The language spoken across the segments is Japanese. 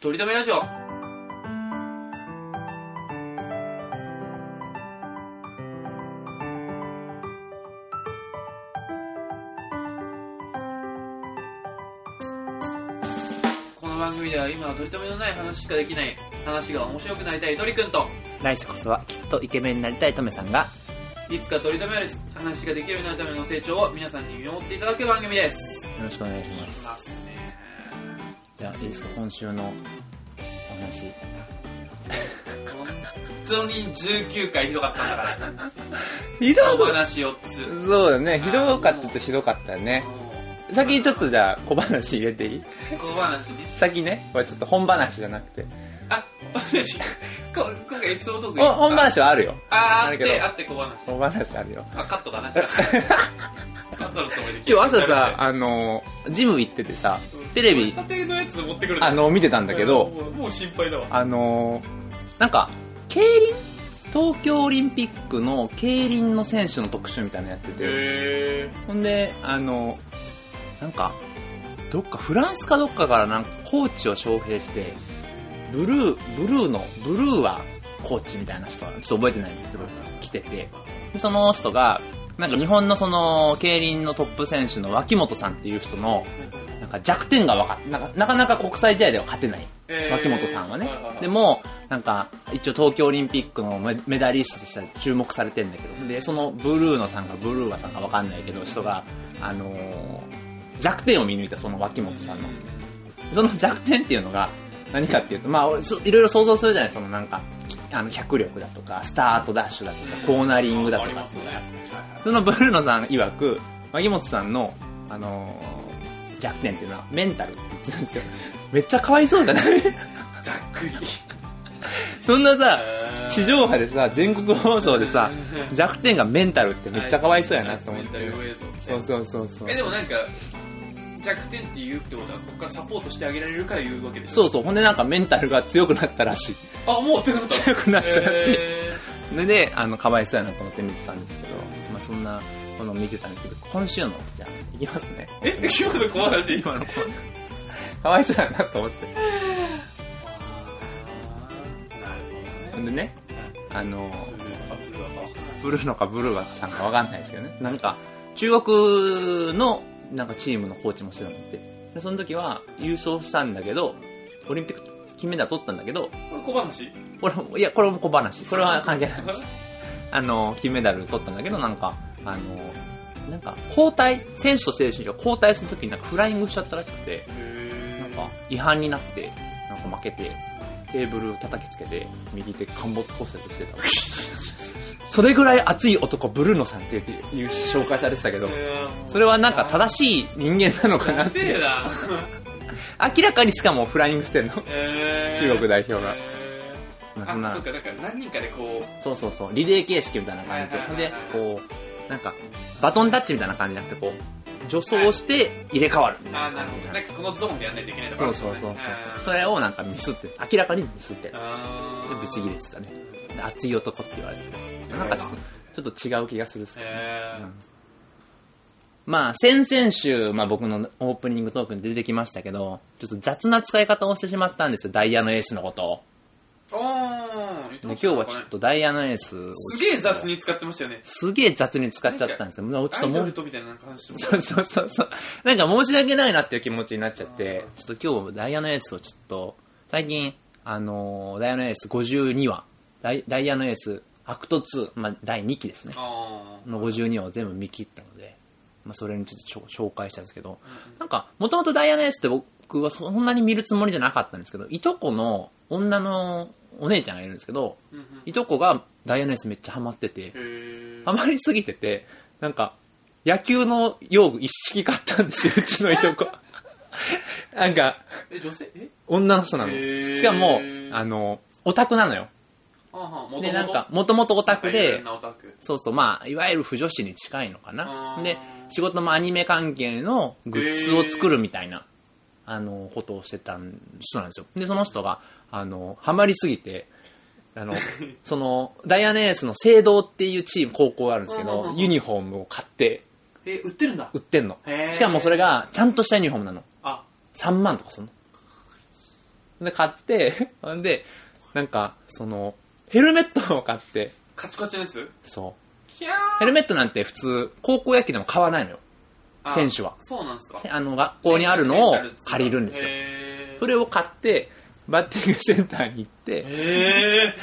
とりとめラジオ。この番組では今はとりとめのない話しかできない話が面白くなりたいとりくんと来世こそはきっとイケメンになりたいトメさんがいつかとりとめる話ができるようになるための成長を皆さんに見守っていただく番組です。よろしくお願いしますますね。じゃあいいですか今週のお話本当に19回ひどかったんだから。ひ小話4つ。そうだねひどかったとひどかったね先にちょっとじゃあ小話入れていい小話ね。先ねこれちょっと本話じゃなくてあ、 私、こ今回エピソードトークお本話はあるよあー、あるっけどて、あって小話。本話あるよあ、カットかな、じゃ あ。カットのつもりで今日朝さ、、あのジム行っててさテレビ縦のやつ持ってくるあの見てたんうんだけど、もうもう心配だわ。あのーなんか、競輪東京オリンピックの競輪の選手の特集みたいなのやってて、へほんで、あのなんか、どっか、フランスかどっかからなんかコーチを招聘して、ブルー、ブルーの、ブルーはコーチみたいな人が、ちょっと覚えてないんですけど、来てて、でその人が、なんか日本のその、競輪のトップ選手の脇本さんっていう人の、なんか弱点が分かっなんかなかなか国際試合では勝てない。え脇本さんはね、でも、もなんか一応東京オリンピックのメメダリストとして注目されてんだけどでそのブルーノさんかブルーガさんか分かんないけど人が、あのー弱点を見抜いたその脇本さんのその弱点っていうのが何かっていうとまあ俺そいろいろ想像するじゃないそのなんかきあの脚力だとかスタートダッシュだとかコーナリングだとありかますね。そのブルーノさん曰く脇本さんの、あのー弱点っていうのはメンタルって言ってたんですよめっちゃかわいそうじゃないざっくり。 そんなさ、地上波でさ、全国放送でさ、弱点がメンタルってめっちゃかわいそうやなと思っメンてタ。ルウェイズをそうそうそうそうえ、。でもなんか、弱点って言うってことは、ここからサポートしてあげられるから言うわけでしょそうそう。ほんでなんかメンタルが強くなったらしい。あ、もう強くなった。強くなったらしいえそれで、あの、かわいそうやなと思って見てたんですけど、まあそんなものを見てたんですけど、今週の、じゃあ、いきますね。ー、え、今日の小話今の子。 かわいそうやなと思って。ほんでね、あの、ブルーのかブルーガさんかわかんないですけどね。なんか、中国の、なんかチームのコーチもしてたんだって。で、その時は優勝したんだけど、オリンピック金メダル取ったんだけど、これ小話これも、いや、これも小話。これは関係ない。あの、金メダル取ったんだけど、なんか、あの、なんか、交代、選手と選手が交代するときになんかフライングしちゃったらしくて、なんか、違反になって、なんか負けて、テーブル叩きつけて、右手陥没骨折してた。 それぐらい熱い男、ブルーノさんっていういう紹介されてたけど、それはなんか正しい人間なのかななってせいえう。だ。明らかにしかもフライングしてんの。えー中国代表が。まあそんあ、なそっか、なんか何人かでこう、そうそうそう、リレー形式みたいな感じはいはいで。はいはでい、こう、なんか、バトンタッチみたいな感じじゃなくて、こう、助走して入れ替わるみたあいななる感ほじど。ななんかこのゾーンでやんないといけないとかそうそうそうそう。それをなんかミスって、明らかにミスって、で、あーブチギレてたね。で熱い男って言われてた。なんかちょっと、ちょっと違う気がするっすねえーまあ、先々週、まあ僕のオープニングトークに出てきましたけど、ちょっと雑な使い方をしてしまったんですよ、ダイヤのエースのことを。あー、で今日はちょっとダイヤのエースをすげえ雑に使ってましたよね。すげえ雑に使っちゃったんですよ。もうちょっアとイもドうルとみたいな感じそうそうそうそう。なんか申し訳ないなっていう気持ちになっちゃって、ちょっと今日ダイヤのエースをちょっと、最近、あのーダイヤのエース52話、ダイダイヤのエースアクト2、まあ第2期ですね、あーの52話を全部見切ったので、まあそれにちょっとちょ紹介したんですけど、なんか、もともとダイヤのエースって僕はそんなに見るつもりじゃなかったんですけど、いとこの女のお姉ちゃんがいるんですけど、うんうんいとこがダイヤのエースめっちゃハマってて、へーハマりすぎてて、なんか、野球の用具一式買ったんですよ、うちのいとこ。なんか、え、女性え女の人なの。へーしかも、あの、オタクなのよ。あはもともで、なんか、もともとオタクで、オタク。そうそう、まあ、いわゆる不女子に近いのかあな。ーで、仕事もアニメ関係のグッズを作るみたいな、あの、ことをしてた人なんですよ。で、その人が、あの、ハマりすぎて、あ の、その、ダイアネースの聖堂っていうチーム、高校があるんですけうんうんどう、んユニフォームを買って、え、売ってるんだ売。ってんのへ。ーしかもそれが、ちゃんとしたユニフォームなの。あ、 3万とかすんの。で、買って、 ほんで、なんか、その、ヘルメットを買って、カチカチのやつそキャーう。ヘルメットなんて普通、高校野球でも買わないのよ。あ選手はそうなんですかあの、学校にあるのを借りるんですよ。へーそれを買って、バッティングセンターに行って、へ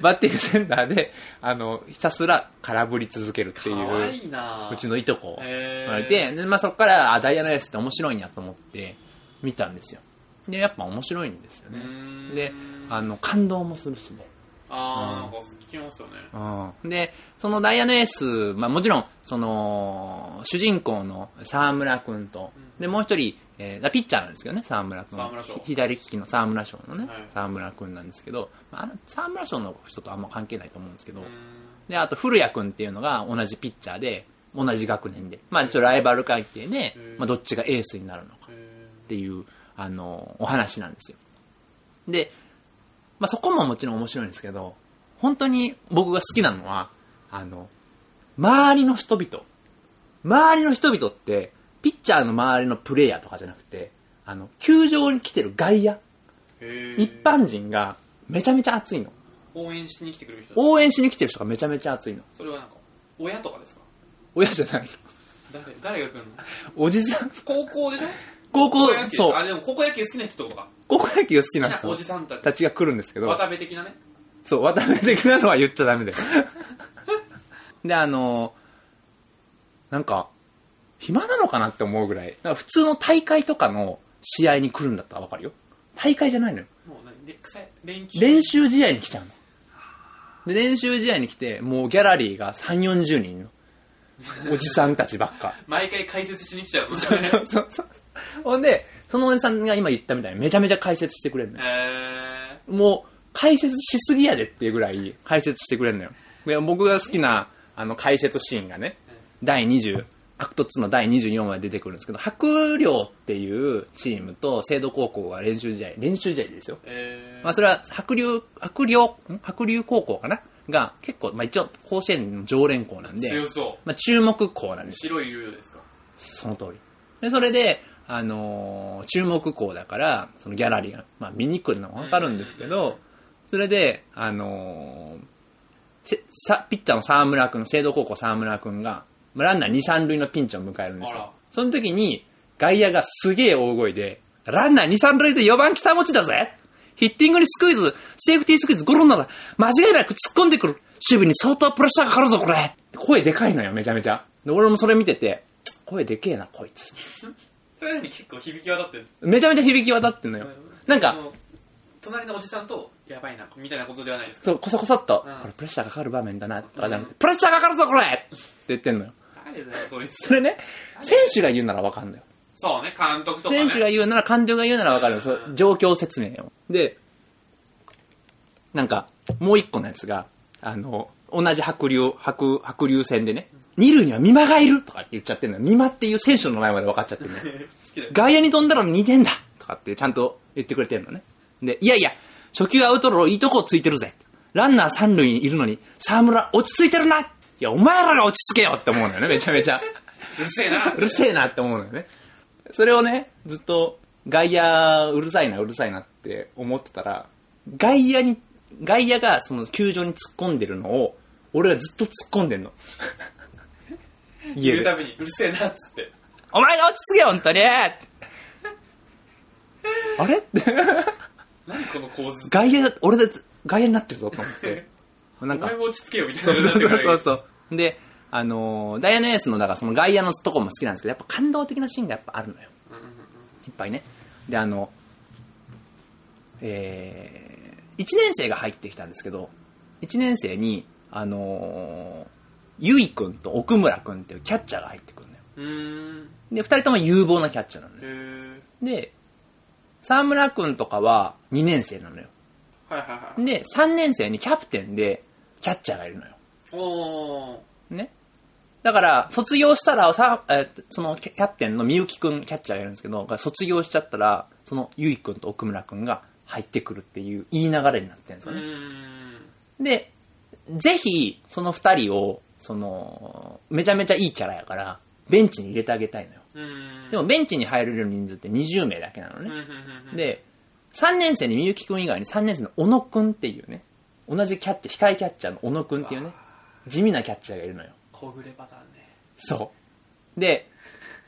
バッティングセンターで、あの、ひたすら空振り続けるってーかわいう、いいなうちのいとこへがいーて、でまあ、そこから、あ、ダイヤのエースって面白いんやと思って、見たんですよ。で、やっぱ面白いんですようね。ーんで、あの、感動もするしね。あうーんなんか聞きますよねうんで、そのダイヤのエース、まあもちろん、その、主人公の沢村くんと、で、もう一人、えー、ピッチャーなんですけどね、沢村くん。沢村賞ひ左利きの沢村賞のね、はい沢村くんなんですけど、まああの、沢村賞の人とあんま関係ないと思うんですけど、うーんで、あと、古谷くんっていうのが同じピッチャーで、同じ学年で、まあちょっとライバル関係でうん、まあどっちがエースになるのか。へっていう、あの、お話なんですよ。で、まあ、そこももちろん面白いんですけど、本当に僕が好きなのは、あの、周りの人々。周りの人々って、ピッチャーの周りのプレイヤーとかじゃなくて、あの、球場に来てる外野、ーへー一般人がめちゃめちゃ熱いの。応援しに来てくれる人応援しに来てる人がめちゃめちゃ熱いの。それはなんか親とかですか親じゃないの。誰誰が来るのおじさん、高校でしょ高校野、球そうあ、でも高校野球好きな人とか高校野球が好きな好きなお人じさんたちたちが来るんですけど、渡部的なねそう、渡辺的なのは言っちゃダメだよ。で、あの、なんか、暇なのかなって思うぐらい、なんか普通の大会とかの試合に来るんだったらわかるよ。大会じゃないのよ。もう何で草練習練習試合に来ちゃうの。で、練習試合に来て、もうギャラリーが3、40人いるの。おじさんたちばっか。毎回解説しに来ちゃうのそうそうそうそう。ほんで、そのおじさんが今言ったみたいにめちゃめちゃ解説してくれるのよえもう解説しすぎやでっていうぐらい解説してくれるのよ。で僕が好きなあの解説シーンがね、第20、アクト2の第24話で出てくるんですけど、白陵っていうチームと聖堂高校が練習試合、練習試合ですよ。ー、えー、まあそれは白龍、白龍、ん白龍高校かなが結構、まあ一応甲子園の常連校なんで、強そまあ注目校なうんですよ白いルールですかその通り。で、それで、あのー注目校だから、そのギャラリーが、まあ見に来るのもわかるんですけど、それで、あのーせさ、ピッチャーの沢村くん、聖堂高校沢村くんが、まあランナー2、3塁のピンチを迎えるんですあよら。その時に、外野がすげえ大声で、ランナー2、3塁で4番北持ちだぜヒッティングにスクイズ、セーフティースクイズ、ゴロなら、間違いなく突っ込んでくる。守備に相当プレッシャーがかかるぞ、これ。声でかいのよ、めちゃめちゃ。で、俺もそれ見てて、声でけえな、こいつ。それなのに結構響き渡ってるめちゃめちゃ響き渡ってんのよ。なんかそ、の隣のおじさんとやばいなみたいなことではないですかそう、こそこそっと、うんこれプレッシャーかかる場面だな、とかじゃなくて、プレッシャーかかるぞ、これって言ってんのよ。誰だよそいつそれね、選手が言うならわかんのよ。そうね監督とかね選手が言うなら、感情が言うならわかるよ。そう状況説明を。で、なんか、もう一個のやつが、あの、同じ白竜、白、白竜戦でね、二塁には美馬がいるとかって言っちゃってんのよ。美馬っていう選手の名前まで分かっちゃってん のよ。好きだよ外野に飛んだら2点だとかってちゃんと言ってくれてるのね。で、いやいや、初球アウトローいいとこついてるぜ。ランナー三塁にいるのに、沢村落ち着いてるないや、お前らが落ち着けよって思うのよね、めちゃめちゃ。うるせえなうるせえなって思うのよね。それをね、ずっと外野うるさいな、うるさいなって思ってたら、外野に、外野がその球場に突っ込んでるのを、俺はずっと突っ込んでんの。家言うでた。びにうるせえなっつってお前が落ち着けよ、本 当にあれ って。何この構図外野、俺で、外野になってるぞと 思って。なおんか前、も落ち着けよみたそいうなそうそうなそんう かそう。で、あのーダイアナエースの、だからその外野のとこも好きなんですけど、やっぱ感動的なシーンがやっぱあるのよ。うんうんうんいっぱいね。で、あの、えー、1年生が入ってきたんですけど、1年生に、あのー、ゆいくんと奥村くんっていうキャッチャーが入ってくるのよ。うーんで、二人とも有望なキャッチャーなのよへ。ーで、沢村くんとかは2年生なのよ。はいはいはいで、3年生にキャプテンでキャッチャーがいるのよ。おーね。だから、卒業したら、さ、えーそのキャキャプテンのみゆきくん、キャッチャーがいるんですけど、が卒業しちゃったら、そのゆいくんと奥村くんが入ってくるっていう言い流れになってるんですうよね。ーんで、ぜひ、その二人を、その、めちゃめちゃいいキャラやから、ベンチに入れてあげたいのよ。うーんでも、ベンチに入れる人数って20名だけなのうんね。うんうんうんで、 3年生にみゆきくん以外に3年生の小野くんっていうね、同じキャッチャー、控えキャッチャーの小野くんっていうね、地味なキャッチャーがいるのよ。小暮パターンね。そう。で、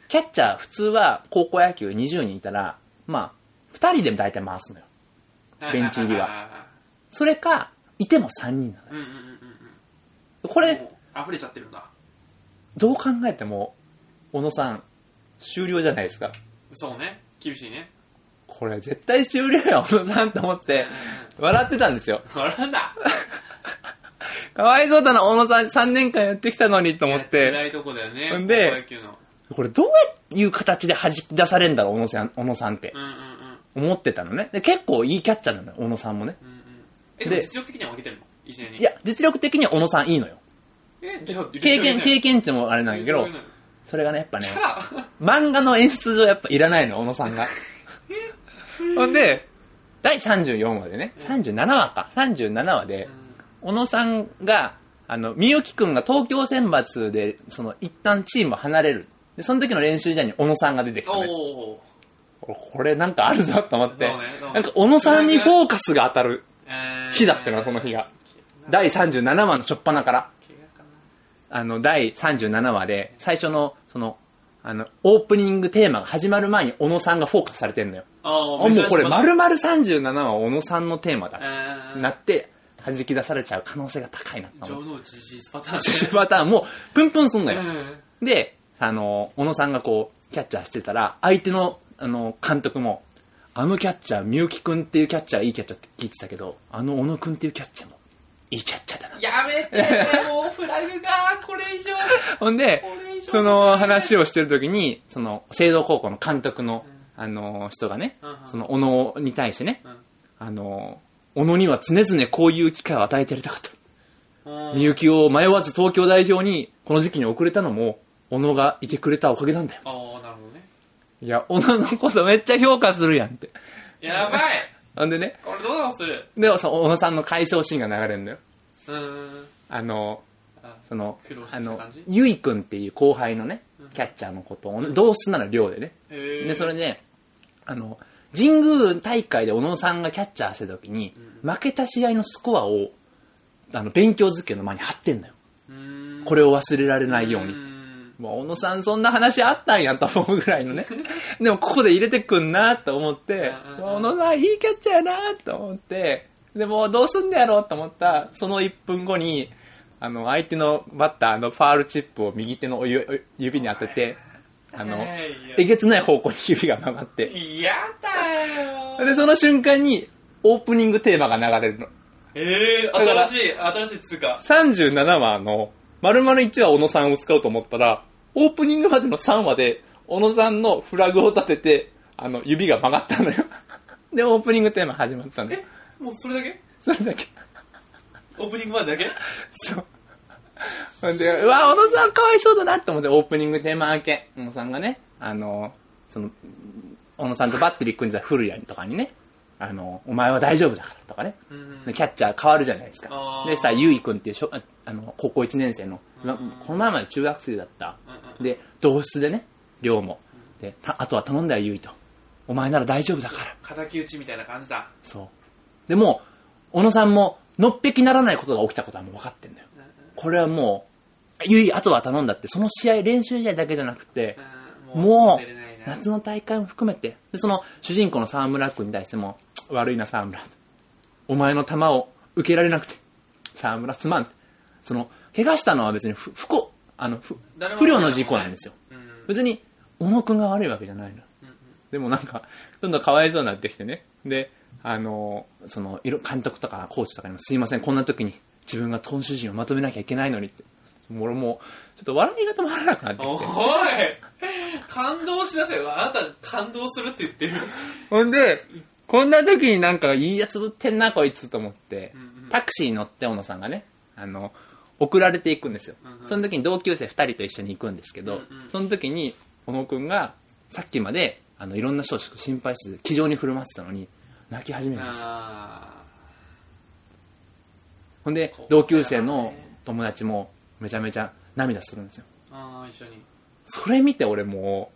キャッチャー普通は高校野球20人いたら、まあ、2人で大体回すのよ。ベンチ入りははそれか、いても3人なのいはいはいはい。うよんうんうんうんうん。これ、もう溢れちゃってるんだ。どう考えても、小野さん、終了じゃないですか。そうね。厳しいね。これ絶対終了や、小野さんと思って、笑ってたんですよ。笑うんだ。かわいそうだな、小野さん3年間やってきたのにと思っやて。辛いとこだよね。ほんで高校野球の。これどういう形で弾き出されるんだろう、小野さん、小野さんってう。んうんうん。思ってたのね。で、結構いいキャッチャーなのよ、小野さんもね。うんうん。え、でもで実力的には負けてるの一年に。いや、実力的には小野さんいいのよ。え、じゃあ、経験、経験値もあれなんだけどい、やそれがね、やっぱね、あ漫画の演出上やっぱいらないの、小野さんが。 ほんで、第34話でね、37話か、37話で、小野さんが、あの、みゆきくんが東京選抜で、その、一旦チームを離れる。で、その時の練習試合に小野さんが出てきた、ね。 おお。これなんかあるぞと思って、そうねそうねなんか小野さんにフォーカスが当たるえー日だったの、その日が。第37話の初っ端から、怪我かなあの、第37話で、最初の、その、あの、オープニングテーマが始まる前に小野さんがフォーカスされてんのよ。あ、あもあ、う珍しいこれ丸々37話小野さんのテーマえだ。ーなって、弾き出されちゃう可能性が高いなと城思って。之内事実パターンシス パターンも、プンプンすんのよ。 ね。で、あの、小野さんがこう、キャッチャーしてたら、相手の、あの、監督も、あのキャッチャー、みゆきくんっていうキャッチャー、いいキャッチャーって聞いてたけど、あの小野くんっていうキャッチャーも、いいキャッチャーだなうん。やめて、もうフラグが、これ以上。ほんでこれ以、上その話をしてる時に、その、聖堂高校の監督の、あの、人がねうんうん、その、小野に対してねう、んあの、小野には常々こういう機会を与えてやりたかった。うんみゆきを迷わず東京代表に、この時期に遅れたのも、小野がいてくれたおかげなんだよ。ああ、なるほどね。いや、小野のことめっちゃ評価するやんって。やばいほんでね、これどうなのするで、その小野さんの回想シーンが流れるのよ。うーん。あの、あその苦労し、てあたの感じ、ゆいくんっていう後輩のね、キャッチャーのことを、同室なら寮でね。へーで、それで、あの、神宮大会で小野さんがキャッチャーした時に、負けた試合のスコアを、あの、勉強机の前に貼ってんのよ。うーんこれを忘れられないよううに。ーんもう、小野さんそんな話あったんやと思うぐらい のね。でも、ここで入れてくんなと思って、うんうんうん小野さんいいキャッチャーやなと思って、でも、どうすんだやろうと思った、その1分後に、あの、相手のバッターのファールチップを右手のおゆ指に当てて、あの、はいはいえげつない方向に指が曲がって、やだよで、その瞬間に、オープニングテーマが流れるの。ええー、だから新しい、新しいっつうか。 37話の、丸々1話小野さんを使おうと思ったら、オープニングまでの3話で、小野さんのフラグを立てて、あの、指が曲がったのよ。 で、オープニングテーマ始まったのよえ。もうそれだけそれだけ。オープニングまでだけそう。ほんで、うわ、小野さんかわいそうだなって思って、オープニングテーマ明け。小野さんがね、あの、その、小野さんとバッテリー組んでた古谷とかにね、あの、お前は大丈夫だからとかね。うんでキャッチャー変わるじゃないですかあ。ーでさ、ゆいくんっていう小ああの高校1年生の、まこの前まで中学生だった。で、同室でね、寮も。で、たあとは頼んだよ、ゆいと。お前なら大丈夫だから。敵討ちみたいな感じだ。そう。でも、小野さんも、のっぺきならないことが起きたことはもう分かってんだよ。これはもう、ゆい、あとは頼んだって、その試合、練習試合だけじゃなくて、うんも、出れないうな夏の大会も含めて、で、その主人公の沢村君に対しても、悪いな沢村。お前の球を受けられなくて、沢村すまん。その、怪我したのは別に不不幸、あの、不誰も不良の事故なんですよ。うん別に、小野君が悪いわけじゃないの。でもなんか、どんどんかわいそうになってきてね。で、あの、その、いろ、監督とかコーチとかにも、すいません、こんな時に自分が投手陣をまとめなきゃいけないのにって。もう俺もう、ちょっと笑いが止まらなくなってきておい感動しなさいよあなた感動するって言ってる。ほんで、こんな時になんかいいやつぶってんな、こいつと思って、んうんタクシーに乗って小野さんがね、あの、送られていくんですよ。んうんその時に同級生2人と一緒に行くんですけど、うんうんその時に小野くんが、さっきまで、あの、いろんな少子心配して、気丈に振る舞ってたのに、泣き始めました。あほんでこ、う同級生の友達も、めちゃめちゃ涙するんですよ。ーあー、一緒に。それ見て俺も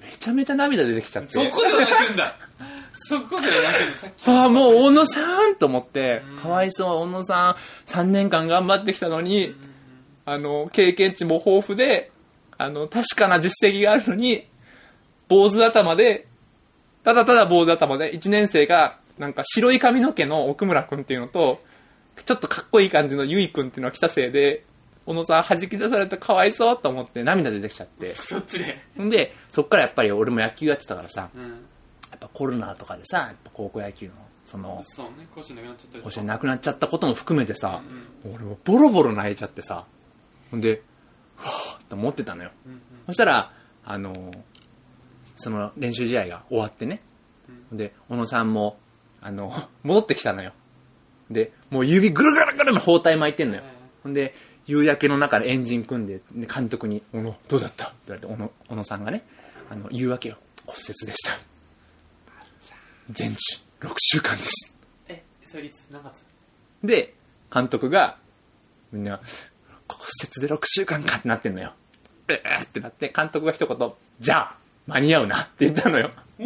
う、めちゃめちゃ涙出てきちゃってそこでは泣くんだそこでは泣くんださっきああ、もう、小野さんと思ってうん、かわいそう、小野さん、3年間頑張ってきたのに、あの、経験値も豊富で、あの、確かな実績があるのに、坊主頭で、ただただ坊主頭で、1年生が、なんか白い髪の毛の奥村くんっていうのと、ちょっとかっこいい感じのゆいくんっていうのが来たせいで、小野さん弾き出されてかわいそうと思って涙出てきちゃって。そっちでんで、そっからやっぱり俺も野球やってたからさ、うんやっぱコロナとかでさ、やっぱ高校野球の、その、そうね腰なくなっちゃったりとこかうして亡くなっちゃったことも含めてさ、う俺もボロボロ泣いちゃってさ、ほんで、はぁと思ってたのよ。うんうんそしたら、あのーその練習試合が終わってね。ほんで、小野さんも、あの、戻ってきたのよ。で、もう指ぐるぐるぐるの包帯巻いてんのよはいはい。ほんで、夕焼けの中でエンジン組んで、で監督に、小野、どうだったって言われて、小野、小野さんがね、あの、夕焼けよ、骨折でした。全治6週間です。えそれいつ何月で、監督が、みんな、骨折で6週間かってなってんのよ。うーってなって、監督が一言、じゃあ、間に合うなって言ったのよ。お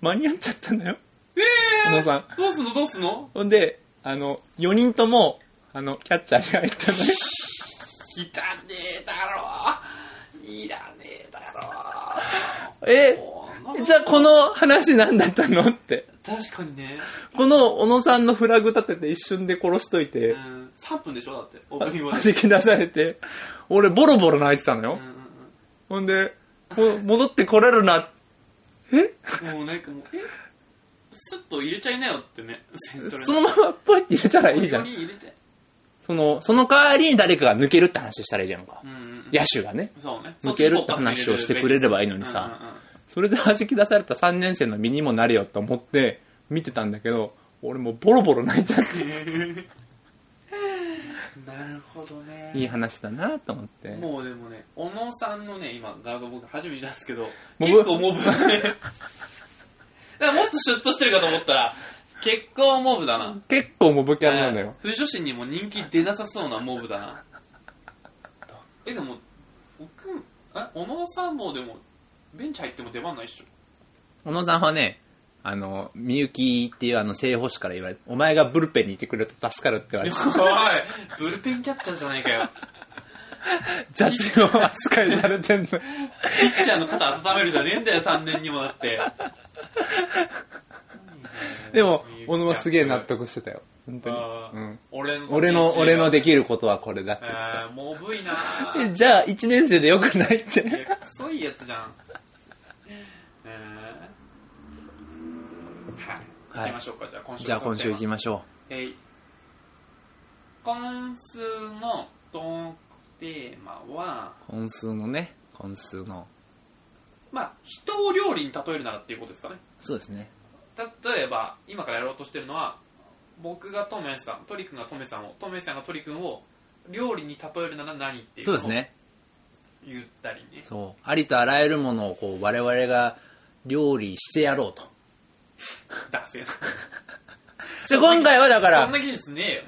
間に合っちゃったのよ。え小野さん。ー、どうすんのどうすんのほんで、あの、4人とも、あの、キャッチャーに入ったのよ。いらねえだろいらねえだろえ、おーじゃあこの話何だったのって。確かにね、この小野さんのフラグ立てて一瞬で殺しというて、ん、3分でしょだってオープニングま弾で、き出されて、俺ボロボロ泣いてたのうよん。ほんで、も戻ってこれるな。えうんうん、もうなんかもうえスッと入れちゃいなよってねそれそのままポイって入れたらいいじゃこん。こに入れてその、その代わりに誰かが抜けるって話したらいいじゃんかう。んうん野手がね。そうね抜けるって話をしてくれればいいのにさ、それで弾き出された3年生の身にもなれよと思って見てたんだけど、俺もうボロボロ泣いちゃって、うんうんうんなるほどねいい話だなと思って。もうでもね、小野さんのね、今、画像僕初めて出すけど、ぶ結構モブだ ね。だからもっとシュッとしてるかと思ったら、結構モブだな。結構モブキャラなんだえーよ。不女子にも人気出なさそうなモブだな。え、でも、僕、え、小野さんもでも、ベンチ入っても出番ないっしょ。小野さんはね、あの、みゆきっていうあの正捕手から言われて、お前がブルペンにいてくれると助かるって言われやて、ばい。ブルペンキャッチャーじゃないかよ。 雑用扱いされてん の。ピッチャーの肩温めるじゃねえんだよ、3年にもだって。 でも、小野はすげえ納得してたよ。本当に。あうーん俺の立ち位置俺の、俺のできることはこれだって言ってた。えー、モブい なぁ。えじゃあ、1年生でよくないって。えクソいいやつじゃん。えー、はい。行きましょうか、じゃあ今週じゃあ、今週行きまましょえい今週のトークテーマは、う。今数のね、今数の。まあ、人を料理に例えるならっていうことですかね。そうですね。例えば、今からやろうとしてるのは、僕がトメさん、トリくんがトメさんを、トメさんがトリくんを料理に例えるなら何っていうそのうをですね。言ったりね。そう。ありとあらゆるものを、こう、我々が料理してやろうと。ダセえなで、今回はだそかんらな、技術ねえよ。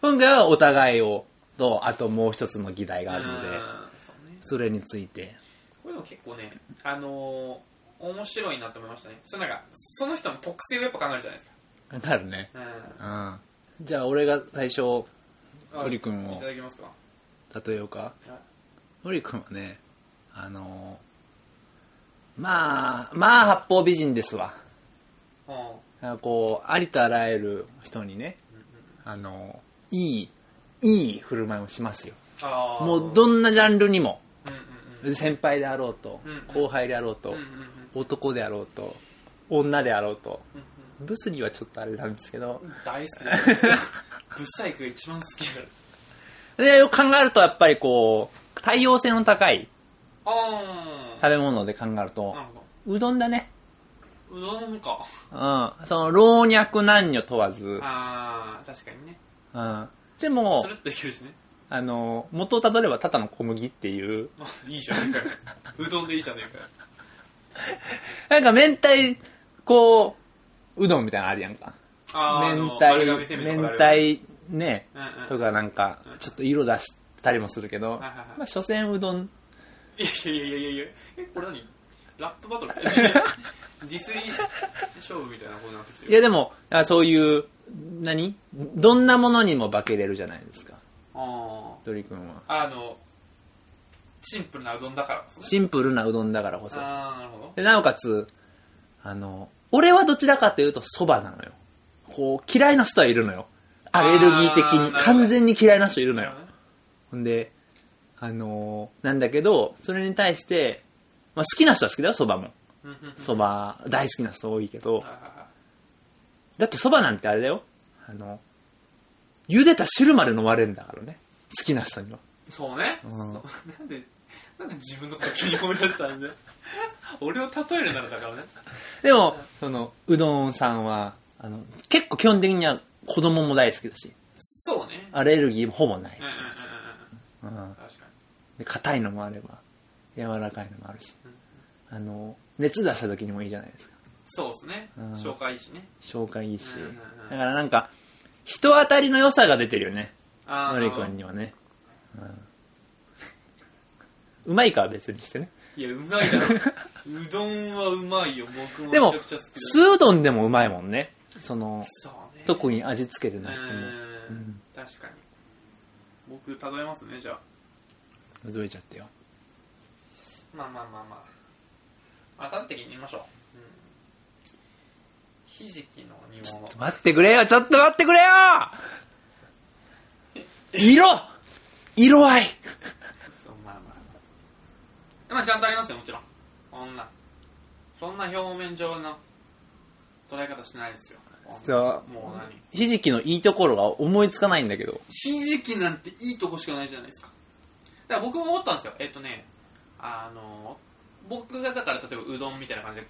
今回はお互いを、と、あともう一つの議題があるので、うんそうねそれについて。これでも結構ね、あのー面白いなと思いましたね。そうなんか、その人の特性をやっぱ考えるじゃないですか。なるね。ううん。じゃあ、俺が最初、ん。鳥くんをいただきますか。例えようか。はいのりくんはね、あのーまあ、まあ、八方美人ですわ。うんなんかこう、ありとあらゆる人にね、あのーいい、いい振る舞いをしますよ。あーもう、どんなジャンルにも、うんうん先輩であろうとうん、後輩であろうとうん。う、んうんうん男であろうと、女であろうと、うんブスにはちょっとあれなんですけどう、ん大好きだよ。ブ サイクが一番好きだよ。で、よく考えるとやっぱりこう、対応性の高いあ食べ物で考えるー。とな、んか、うどんだね。うどんか。うん。その、老若男女問わず、あー、確かにね。うんでもつる、っといけるしね。あの、元をたどればただの小麦っていう、まあいいじゃねえ かよ。うどんでいいじゃねえかよ。なんか明太、こう、うどんみたいなのあるやんか。あー、あ明の太丸亀、製麺と明かであるよね太ね、うんうんとかなんか、ちょっと色出したりもするけど、はいはいはいまあ、所詮うどん、いやいやいやいやいや、え、これ何ラップバトル みたいなディスり勝負みたいなことになってきているやでも、あそういう、何どんなものにも化けれるじゃないですか、あ鳥くんは。ああのシンプルなうどんだからですねシンプルなうどんだからこそ。ああなるほどでなおかつ、あの、俺はどちらかというと蕎麦なのよ。こう、嫌いな人はいるのよ。アレルギー的あーなるに、ほど完全に嫌いな人いるのなるよほ。どねほんで、あのーなんだけど、それに対して、まあ好きな人は好きだよ、蕎麦も。うんうんうん蕎麦、大好きな人多いけどはい、はいはいだって蕎麦なんてあれだよ。あの、茹でた汁まで飲まれるんだからね。好きな人には。そうね、んそうなんでなんで自分のこと急に褒め出したんで 俺を例えるならだからねでも、その、うどんさんは、あの、結構基本的には子供も大好きだし、そうねアレルギーもほぼないうんうんうんし、うんうん確かにで硬いのもあれば、柔らかいのもあるし、あの、熱出した時にもいいじゃないですか。そうですねうん紹介いいしね消化いいしうんうんうん。だからなんか、人当たりの良さが出てるよね。あのりくんにはね。うんうまいかは別にしてね。いやうまいだろうどんはうまいよ僕もめでもちゃくちゃ好きだ、酢うどんでもうまいもんね。その、そうね特に味付けてうなくてーん確かに僕例えますねじゃあも、覗いちゃってよ。まあまあまあまあまあ端的に言いましょう、うん、ひじきの煮物待ってくれよちょっと待ってくれよ色色合いそうまあまあまあちゃんとありますよもちろんこんなそんな表面上の捉え方しないですよそうもう何ひじきのいいところが思いつかないんだけど。ひじきなんていいとこしかないじゃないですかだから僕も思ったんですよえっとねあの僕がだから例えばうどんみたいな感じで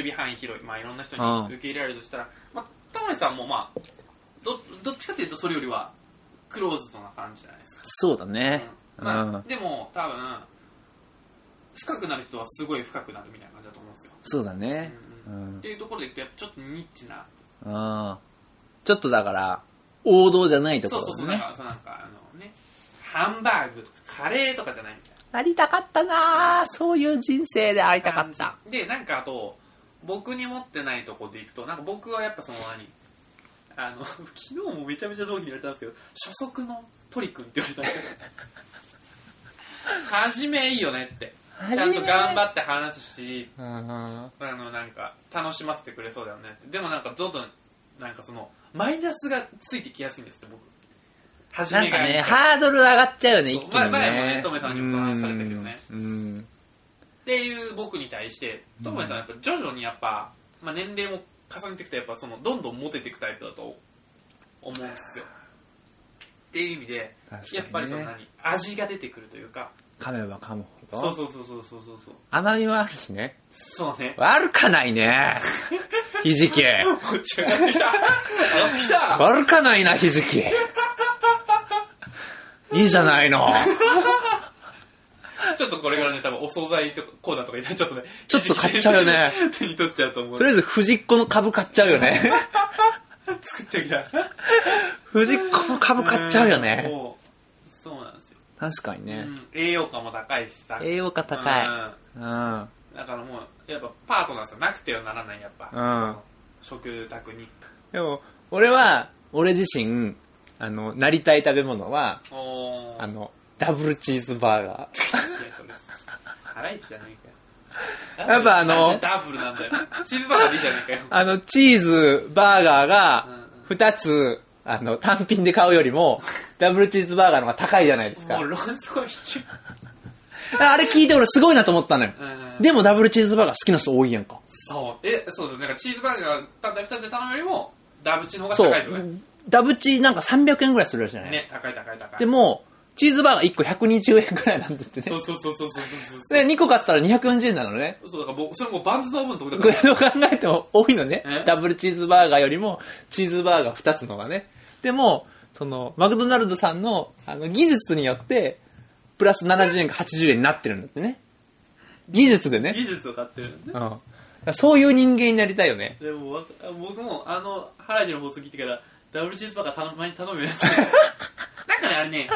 守備範囲広い、まあ、いろんな人うんに受け入れられるとしたら、まあ、タモリさんもまあどどっちかというとそれよりはクローズドな感じじゃないですかそうだね。ううんん。まあ、でも多分深くなる人はすごい深くなるみたいな感じだと思うんですよ、そうだね。ううんっん。ていうところでいくとやっぱちょっとニッチなうん。ちょっとだから、王道じゃないとこそうろそうそうだなんね。かそうなんかあのねハンバーグとかカレーとかじゃないみたいなりたかったなぁそういう人生でありな感じ。でなんかあと僕に持ってないとこでいくとなんか僕はやっぱその何あの 昨日もめちゃめちゃ同期に言われたんですけど初速のトリ君って言われたんですよ初めいいよねってちゃんと頑張って話すしうん。あのなんか楽しませてくれそうだよねってでもなんかどんどんなんかそのマイナスがついてきやすいんですって僕初なめんがかね、ねハードル上がっちゃうよね、そう一気にね。前前もねトメさんにもその話されたけどねうん。うん。っていう僕に対してトモヤさんはやっぱ徐々にやっぱ、まあ、年齢も重ねてきてやっぱそのどんどんモテていくタイプだと思うんですよっていう意味で確かにねやっぱりその何味が出てくるというか噛めば噛むほそうど。そうそうそうそうそうそう甘みはあるしね。そうね悪かないね。ひじき。持ち上がっ てきた上がってきた悪かないな、ひじき。いいじゃないの。ちょっとこれからね、多分お惣菜とかコーナーとかいたらちょっとね、ちょっと買っちゃうよね。手に取っちゃうと思うと。りあえず、藤っ子の株買っちゃうよね。作っちゃうけど。藤っ子の株買っちゃうよんね。もうそうなんですよ、確かにうね。ん。栄養価も高いしさ。栄養価高い。うん。い。だからもう、やっぱパートナーさんなくてはならない、やっぱ。うんその食卓に。でも、俺は、俺自身、あの、なりたい食べ物は、おー。あの、ダブルチーズバーガいー。やそれハライチじゃないかよ。やっぱあのダブルなんだよ。チーズバーガーでいいじゃないかよ。あの、チーズバーガーがうんうん、二つ、あの、単品で買うよりも、ダブルチーズバーガーの方が高いじゃないですかもう。論争引き。あれ聞いて俺すごいなと思ったのよ。うんでもダブルチーズバーガー好きな人多いやんか。そう。え、そうですなんかチーズバーガーたった2つで頼むよりも、ダブチの方がそう高いですよね。。ダブチなんか300円ぐらいするじゃない、ね、高い高い高い。でも、チーズバーガー1個120円ぐらいなんだってそね。うそうそうそうそうそうそう。で、2個買ったら240円なのね。そうだから僕、それもうバンズの分のとこだ こから。れを考えても多いのねえ。ダブルチーズバーガーよりも、チーズバーガー2つの方がね。でも、その、マクドナルドさんの、あの、技術によって、プラス70円か80円になってるんだってね。技術でね。技術を買ってるんでうん。だからそういう人間になりたいよね。でもわか僕もあのハライチの放送聞いてからダブルチーズバーガーたまに頼むようになっち ゃうなんかねあれね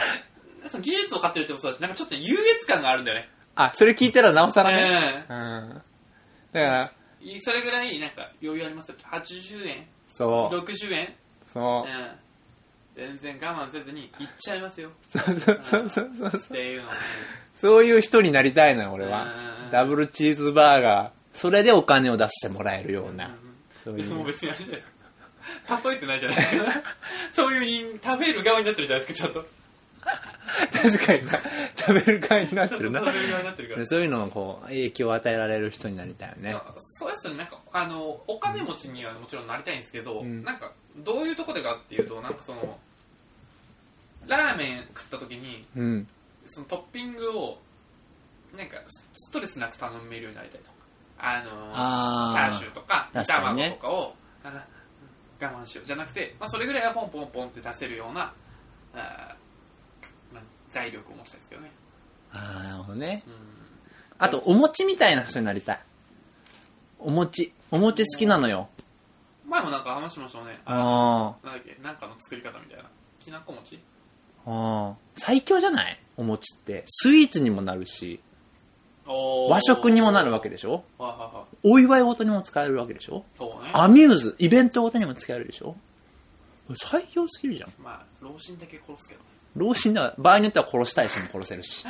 その技術を買ってるってもそうだしなんかちょっと優越感があるんだよねあ、それ聞いたらなおさらね。えうん。だから、それぐらいなんか余裕ありますよ80円そう、 60円そうう、ん全然我慢せずに行っちゃいますよそうそうそうそうっ、ていうのをねそういう人になりたいのよ、俺うんうんうはん。ダブルチーズバーガー、それでお金を出してもらえるような。そういでもう。別にあれじゃないですか例えてないじゃないです かそういう食べる側になってるじゃないですかちゃんと確かにな、食べる会になってちゃんとる食べなる。側になってるからそういうのをこう、影響を与えられる人になりたいよね。そうですねなんかあのお金持ちにはもちろんなりたいんですけど、うんなんかどういうとこでかっていうとなんかそのラーメン食った時にうん。そのトッピングをなんかスストレスなく頼めるようになりたいとかあのチャあーシューとか確かに卵ねとかをあ我慢しようじゃなくて、まあ、それぐらいはポンポンポンって出せるようなあーなん財力を持ちたいですけどね、あ。ああ、なるほどね。うん、あと、お餅みたいな人になりたい。お餅。お餅好きなのよ。前もなんか話しましたよねああなんだっけなんかの作り方みたいなきなこ餅あ。ああ。最強じゃないお餅って。スイーツにもなるし、和食にもなるわけででしょはいはいはいお祝い事にも使えるわけでしょそうねアミューズ、イベントごとにも使えるでしょ最強すぎるじゃん。まあ老人だけ殺すけどね老人だ場合によっては殺したい人も殺せ るし。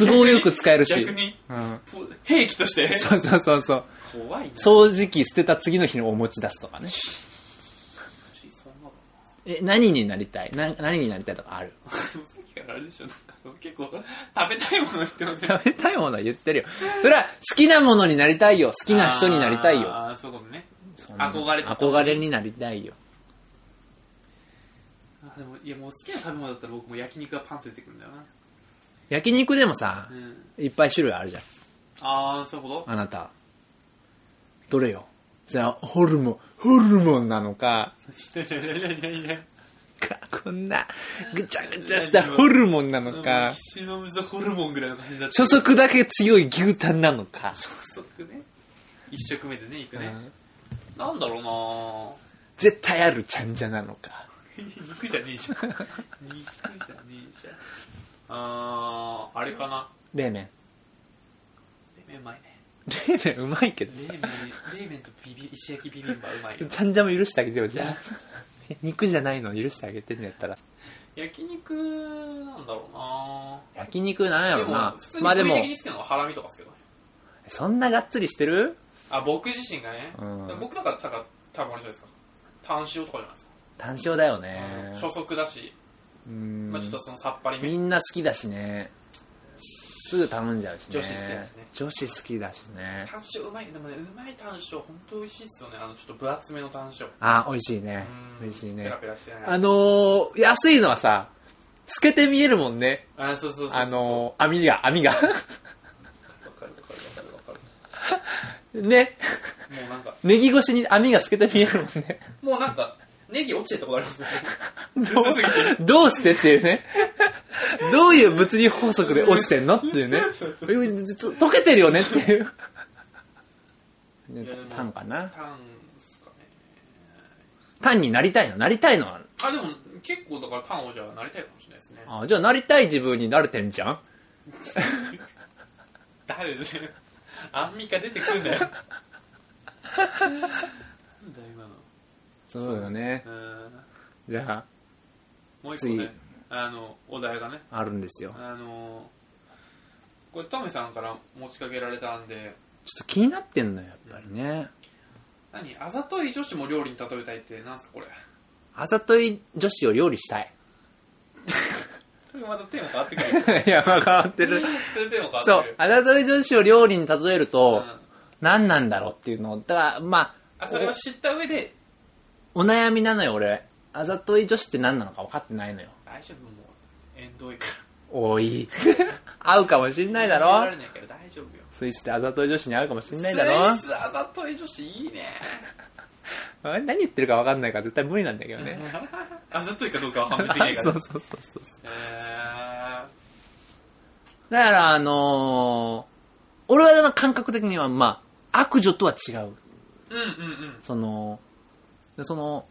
都合よく使えるし。逆にうん。ぽ兵器として そうそうそうそう。怖いな掃除機捨てた次の日にお持ち出すとかね。そんなの え、何になりたいな何になりたいとかあるでもさっきからあれでしょなんかその結構食べたいもの言ってますね食べたいものは言ってるよ。それは好きなものになりたいよ。好きな人になりたいよ。あーそういうことねそんな憧れてた憧れになりたいよ。あでもいやもう好きな食べ物だったら僕も焼肉がパンと出てくるんだよな焼肉でもさう、んいっぱい種類あるじゃん。ああそういうことあなた。どれよじゃあ、ホルモン、ホルモンなのか、かこんな、ぐちゃぐちゃしたホルモンな のなんかか、岸の水ホルモンぐらいの感じだった初速だけ強い牛タンなのか。初速ね一食目でねいくうね、んなんだろう絶対あるちゃんじゃなのか。なぁ肉じゃねえじゃん肉じゃねえじゃんあーあれかな冷麺。冷麺うまいね冷麺うまいけど冷さ。麺冷麺とビビ石焼きビビンバうまいよちゃんじゃも許してあげてよ、じゃあ。 肉じゃないの許してあげてんのやったら。焼肉なんだろうな焼肉なんやぁでろなも普通。にまあで食いも的、に好きなのはハラミとかですけどねそんながっつりしてるあ僕自身がね、うん僕なんかたか多分あれじゃないですか単塩とかじゃないですか、単勝だよね。初速だし、うんまあ、ちょっとそのさっぱりめ、みんな好きだしね。すぐ頼んじゃうしね。女子好きだしね女子好きだしね。単塩うまいでもねうまい単塩本当美味しいですよねあのちょっと分厚めの単塩あ、美味しいねうん。美味しいペねラ。ペラしてないあのー、安いのはさ、透けて見えるもんね。あそうそうそうそうあのー、網が、網が。 わかるわかるわかるわかるね。もうなんかネギ越しに網が透けて見えるもんね。もうなんかネギ落ちてたとこありますね ど薄すぎてうどうしてっていうね。どういう物理法則で落ちてんのっていうね。そうそう溶けてるよねっていう。やでもタンかな。単ですかねタンになりたいのなりたいのはあでも結構だから単王者はなりたいかもしれないですねあじゃあなりたい自分になれてんじゃん誰だよアンミカ出てくんだよなんだ今のそうだねう。ーんじゃあ、もう一個次ねあのお題がねあるんですよ。あのこれトメさんから持ちかけられたんでちょっと気になってんのよ、やっぱりね。何あざとい女子も料理に例えたいってなんすかこれあざとい女子を料理したい。それまたテーマ変わってくる いや、まあ変わってる。それテーマ変そわってくうる、あざとい女子を料理に例えるうと、ん何なんだろうっていうのを、だから、まああ、それを知った上でおお悩みなのよ、俺。あざとい女子って何なのか分かってないのよ。大丈夫もう縁遠いかお い。合うかもしんないだら食べらろれないから大丈夫よスイスってあざとい女子に合うかもしんスないだろイスあざとい女子いいねあ何言ってるか分かんないから絶対無理なんだけどね。 あざといかどうかは判別できないからそうそうそうそう。えだから、あのー俺はあの感覚的には、まあ、悪女とは違う。ーうんうんうんその、その、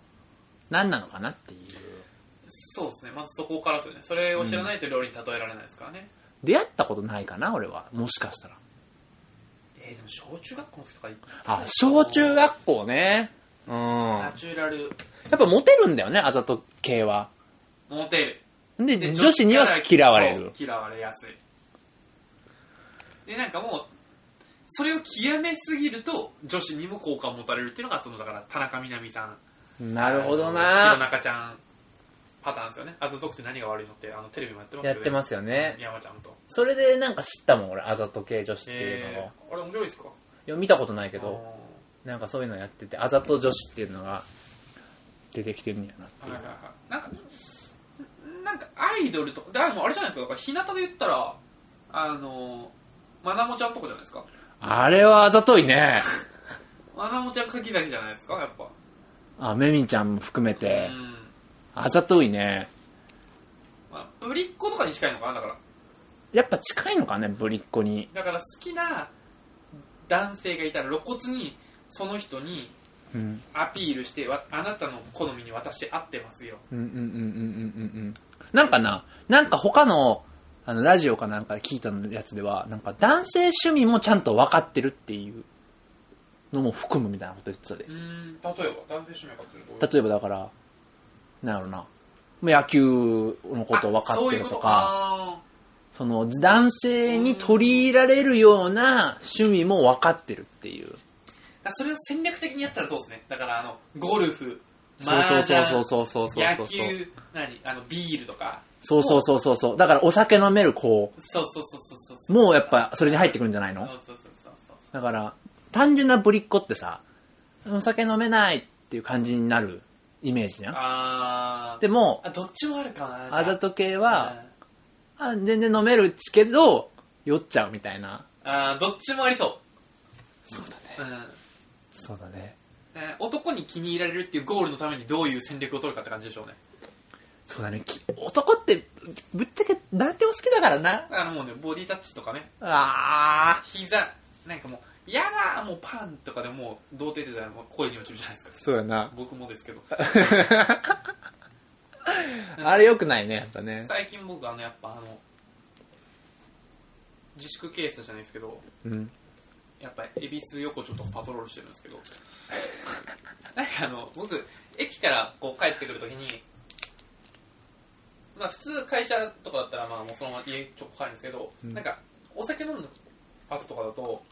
何なのかなっていう。そうですねまずそこからですよねそれを知らないと料理に例えられないですからね、出会ったことないかな、俺は。もしかしたら。ええでも小中学校の時とかあ、小中学校ね。うん。ナやチュラルっぱモテるんだよね、あざと系は。モテるで、で女子には嫌われる。そう嫌われやすいでなんかもうそれを極めすぎると女子にも好感を持たれるっていうのがそのだから田中みな実ちゃんなるほど弘な中ちゃんパターンですよねあざとくて何が悪いのってあのテレビもやってますやよっねてますよね。山ちゃんとそれでなんか知ったもん、俺、あざと系女子っていうのを。えー、あれ面白いですかいや、見たことないけけど、なんかそういうのやってて、あざと女子っていうのが出てきてるんやなってはいい。はいうはいなんかなんかアイドルとかだからもうあれじゃないですかだから日向で言ったらあのまなもちゃんとかじゃないですかあれはあざといね。まなもちゃん柿崎じゃないですかやっぱあ、めみちゃんも含めてう、んあざといね。まあ、ぶりっ子とかに近いのかなだからやっぱ近いのかね、ぶりっ子に。だから好きな男性がいたら露骨にその人にうん。アピールしてわあなたの好みに私合ってますようんうんうんうんうんうんうん。なんかな、なんか他の、あの、ラジオかなんかで聞いたやつでは、なんか男性趣味もちゃんと分かってるっていうのも含むみたいなこと言ってたでう。ん例えば男性指名かってると例えばだから、なんやろな、野球のことを分かってるとか、その男性に取り入れられるような趣味も分かってるっていう。あそれを戦略的にやったらそうですねだからあのゴルフそうそうそう麻雀そうそうそうそう野そう。球何あのビールとかそうそうそうそうそう。だからお酒飲める子そうそうそうそうそうそうもやっぱそれに入ってくるんじゃないのそうそうそうそうそうだから、単純なぶりっ子ってさ、お酒飲めないっていう感じになるイメージじゃん。あーでも、あどっちもあるかなじゃあざと系は、うんあ全然飲めるけど、酔っちゃうみたいな。あーどっちもありそうそうだね、そうだね。うんね男に気に入られるっていうゴールのためにどういう戦略を取るかって感じでしょうねそうだね。き男って、ぶっちゃけ何でも好きだからな。だからもうねボディタッチとかねああ。膝なんかもうやだもうパンとかでもう童貞でたらもう恋に落ちるじゃないですか そうやな。僕もですけどあれ良くないね、やっぱね。最近僕あのやっぱあの自粛ケースじゃないですけどうん。やっぱ恵比寿横丁とかパトロールしてるんですけど なんかあの僕駅からこう帰ってくるときにまあ普通会社とかだったらまあもうそのまま家ちょっと帰るんですけど、うんなんかお酒飲んだ後とかだと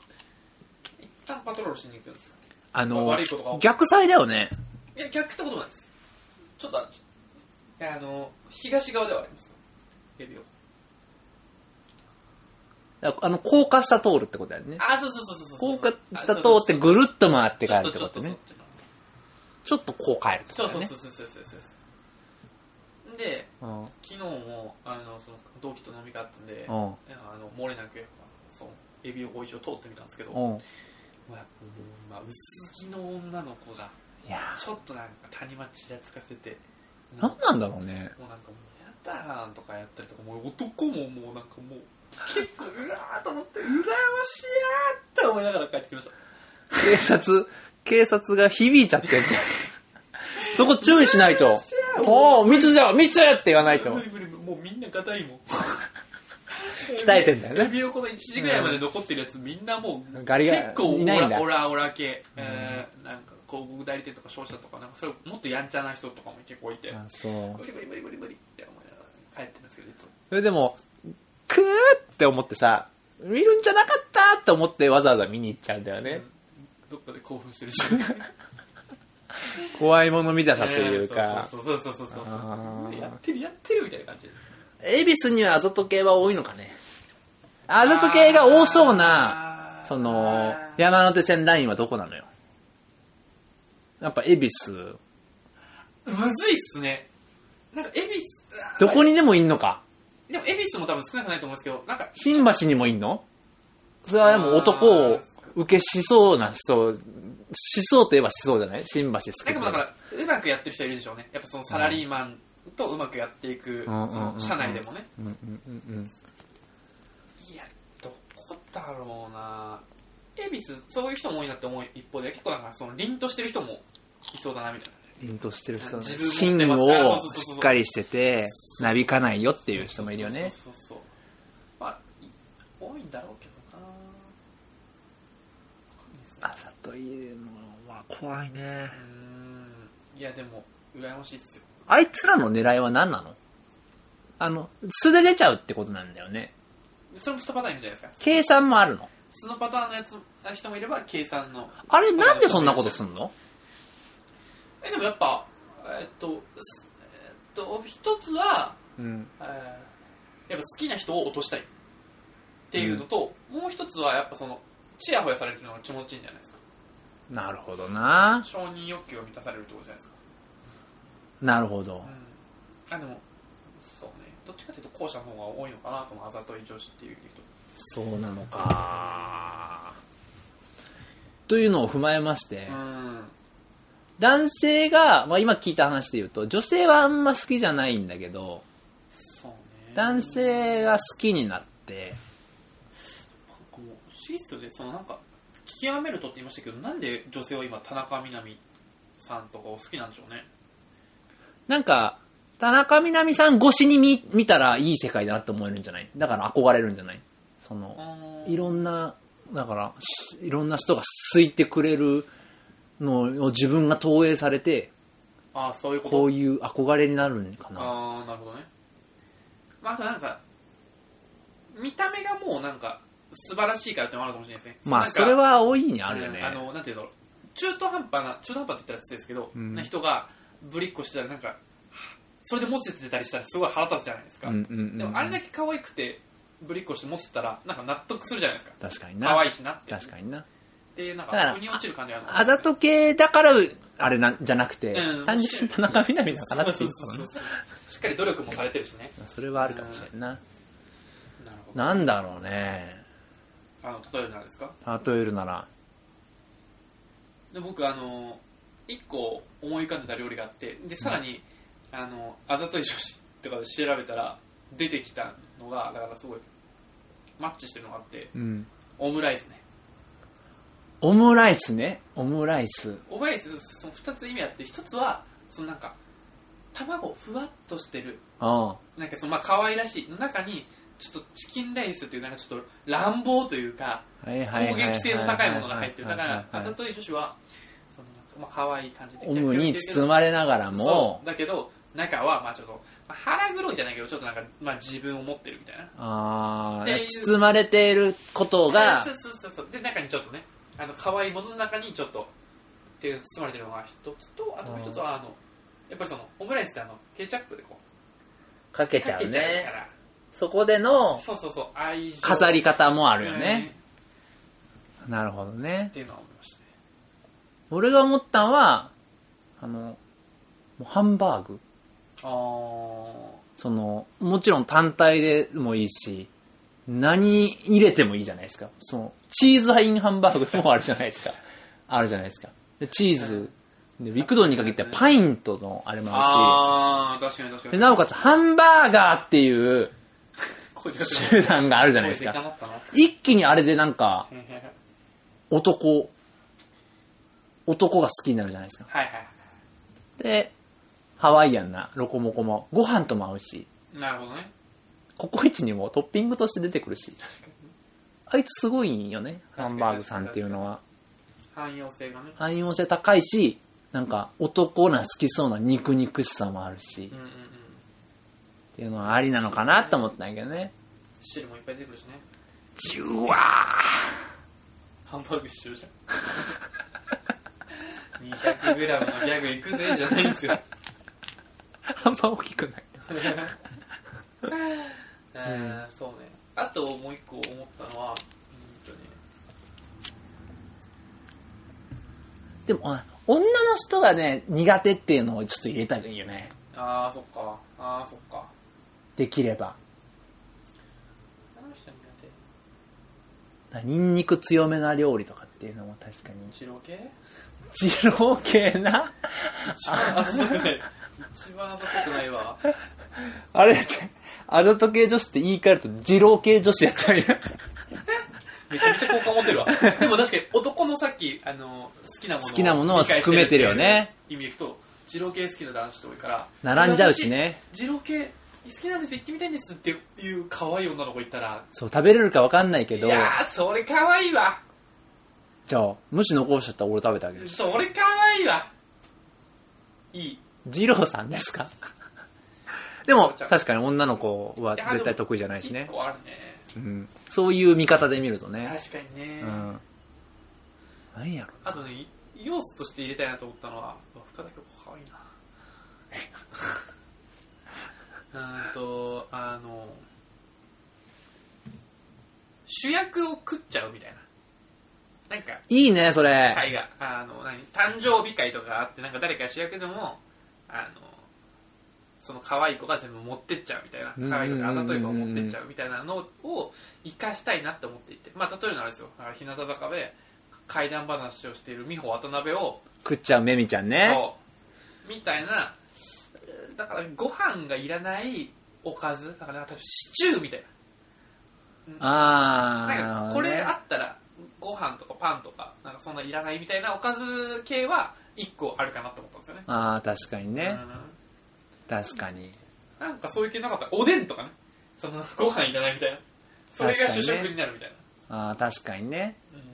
一旦パトロールしに行くんですよあの悪いことが多、い逆祭だよね。いや逆ってことなんですちょっとあいやあの東側ではありますよエビをだあの、高架下通るってことだよね。あそうそうそうそうそう高架下通ってぐるっと回ってちょ帰っるとってちょっとそことっね。ちのちょっとこう帰るってこそうとだそようねそう。そうそうそうそうでうん昨日もあのその同期と飲みがあったんで、うんあの漏れなくやっぱそうエビをご一緒通ってみたんですけど、うん。まあまあ、薄着の女の子がいやちょっとなんか谷町ちらつかせてー、もなんなんだろうね。うなんかもうやだーんとかやったりとかもう男ももうなんかもう結構うわーと思って羨ましいやーって思いながら帰ってきました警察、警察が響いちゃってるじゃん。そこ注意しない と。おお、密じゃ、密やって言わないと無。理無理無理もうみんな硬いもん 鍛えてんだよねエビをこの1時ぐらいまで残ってるやつみんなもうガリガリ結構オいないんだラオラオラ系、えーなんか広告代理店とか商社とかなんかそれもっとやんちゃな人とかも結構いてあそう。無理無理無理無理無理って思いながら帰ってますけどいつもそれでも、くーって思ってさ、見るんじゃなかったって思ってわざわざ見に行っちゃうんだよね。どっかで興奮してるし 怖いもの見たさというか。そうそうそうそうそうそうあーやってるやってるみたいな感じ恵比寿にはあざと系は多いのかね。あざと系が多そうな、あーそのあ、ー山手線ラインはどこなのよ。やっぱ恵比寿。むずいっすねなんか恵比寿あどこにでもいんのか。ーでも恵比寿も多分少なくないと思うんですけどなんか新橋にもいんのそれはでも男を受けしそうな人、しそうといえばしそうじゃない新橋好きなんかもうだから、うまくやってる人いるでしょうね。やっぱそのサラリーマンとうまくやっていく、うんその社内でもね。うんうんうんうん。いや、どこだろうな恵比寿、そういう人も多いなって思う一方で、結構なんか、その凛としてる人もいそうだな、みたいな。凛としてる人ね。自芯分持ってますをあそうそうそうしそうっかりしてて、なびかないよっていう人もいるよね。そうそうそうそう。まあ、い多いんだろうけどなあざといのは怖いねうーんいやでも羨ましいっすよあいつらの狙いは何なのあの素で出ちゃうってことなんだよねそれも2パターンいるんじゃないですか計算もあるの素のパターンのやつあ人もいれば計算のあれなんでそんなことすんのえでもやっぱえっとすえっと一つは、うんえーやっぱ好きな人を落としたいっていうのと、もう一つはやっぱそのチヤホヤされてるのが気持ちいいんじゃないですかなるほどな承認欲求が満たされるってことじゃないですかなるほどうんあでもそうねどっちかというと後者の方が多いのかなそのあざとい女子っていう人そうなのかというのを踏まえまして、うん男性が、まあ、今聞いた話で言うと女性はあんま好きじゃないんだけどそうね男性が好きになってなんかもう不思議っすよねそのなんか極めるとって言いましたけどなんで女性は今田中みな実さんとかを好きなんでしょうねなんか田中みな実さん越しに見見たらいい世界だなって思えるんじゃないだから憧れるんじゃないその、あーいろんな、だから、しいろんな人が好いてくれるのを自分が投影されて、あーそういうことこういう憧れになるんかな。ああなるほどねまああとなんか見た目がもうなんか素晴らしいからってのもあるかもしれないですねまあ、うそなれんかは多いにあるよね。うんあのなんていうの中途半端な中途半端って言ったら失礼ですけど、うんな人がぶりっこしてたらなんかはそれでモテてたりしたらすごい腹立つじゃないですか、うんうんうんでもあれだけ可愛くてぶりっこしてモテてたらなんか納得するじゃないですか確かにな。可愛いしなって確かにな。でなんだからか腑に落ちる感じがあるあざと系だから、あれなんじゃなくて、うん単純に田中みな実だからってそいううそうそのかうなそうしっかり努力もされてるしねそれはあるかもしれんな。なるほどなんだろうね。あの例えばなんですか例えるなら、で僕あの一個思い浮かんでた料理があってでさらに、あのあざとい女子とかで調べたら出てきたのがだからすごいマッチしてるのがあってうん。オムライスねオムライスね。オムライス。オムライスその2つ意味あって1つはそのなんか卵ふわっとしてるうん。なんかそのまあ可愛らしいの中にちょっとチキンライスっていうなんかちょっと乱暴というかはいはい攻はいはいはい撃性の高いものが入ってるだかはいはらいはあいざとい女子はそのなんかまあ可愛い感じでオムに包まれながらそもう、だけど中はまあちょっと、まあ、腹黒いじゃないけどちょっとなんか、まあ、自分を持ってるみたいなあっていーう包まれていることがそう、そうそうそうで中にちょっとねあの可愛いものの中にちょっとっていう包まれてるのが一つとあともう一つはあのやっぱりそのオムライスってあのケチャップでこかけうちゃかうけちゃうかね。らそこでのそうそうそう愛情飾り方もああるよね。なるほどねっ。ていうのは思いましたね俺が思ったのは、あの、もうハンバーグ。ああその、もちろん単体でもいいし、何入れてもいいじゃないですか。その、チーズハインハンバーグもあるじゃな いですか。あるじゃないですか。でチーズ、で、ビクドンにかけてはパイントのあれもああーるし、確かに確かで、になおかつ、ハンバーガーっていうこうじゃ 集団があるじゃないですこうじゃなか。かったな一気にあれでなんか、へへへ男、男が好きになるじゃないですか。はいはいはで、ハワイアンなロコモコも、ご飯とも合うし、いなるほどねココイチにもトッピングとして出てくるし、確かにあいつすごいよね、かにハンバーグさんっていうのは。汎用性がね汎用性高いし、なんか男が好きそうな肉肉しさもあるしう、んうんうんっていうのはありなのかなと思ったんやけどね。汁もいっぱい出てくるしねじゅわハンバーグ一緒じゃん 200g のギャグいくぜじゃないん ですよーあんま大きくない。えーそうねあともう一個思ったのはうんとねでも、あ女の人がね、苦手っていうのをちょっと入れたらいいよね。ああそっかああそっかできれば。あの人苦手だからニンニク強めな料理とかっていうのも確かに。一郎系二郎系な一番あざとくない一番あざとくないわあれって、あざと系女子って言い換えると二郎系女子やったらいいな。めちゃめちゃ好感持てるわでも確かに男のさっきあの好きなものを好きなものを含めてるよね理解してるっていう意味でいくと二郎系好きな男子って多いから並んじゃうしね。二郎系好きなんです行ってみたいんですっていう可愛い女の子いたらそう、食べれるかわかんないけいど、やーそれ可愛いわじゃあ、もし残しちゃったら俺食べてあげる。それかわいいわいい二郎さんですかでもお茶、確かに女の子はいや絶対得意じゃないし一ね。個あるねうん。そういう見方で見るとね。確かにね、うん。なんやろ。あとね要素として入れたいなと思ったのはうわ深田恭子かわいいなうんとあの主役を食っちゃうみたいななんかいいね、それ。会があの何誕生日会とかあってなんか誰か主役でもあのその可愛い子が全部持ってっちゃうみたいなうん可愛い子とあざとい子を持ってっちゃうみたいなのを生かしたいなって思っていて、まあ、例えるならですよあの日向坂で怪談話をしている美穂渡辺を食っちゃうめみちゃんね。そうみたいなえーだからご飯がいらないおかずだからなんか多分シチューみたいなあー。なんかこなれるほどあねったらご飯とかパンとかなんかそんないらないみたいなおかず系は1個あるかなと思ったんですよねあー、確かにね。う確かに。んなんかそういう系なかったおでんとかねそ のご飯いらないみたいなそれが主食になるみたいな、あー、確かにね。うん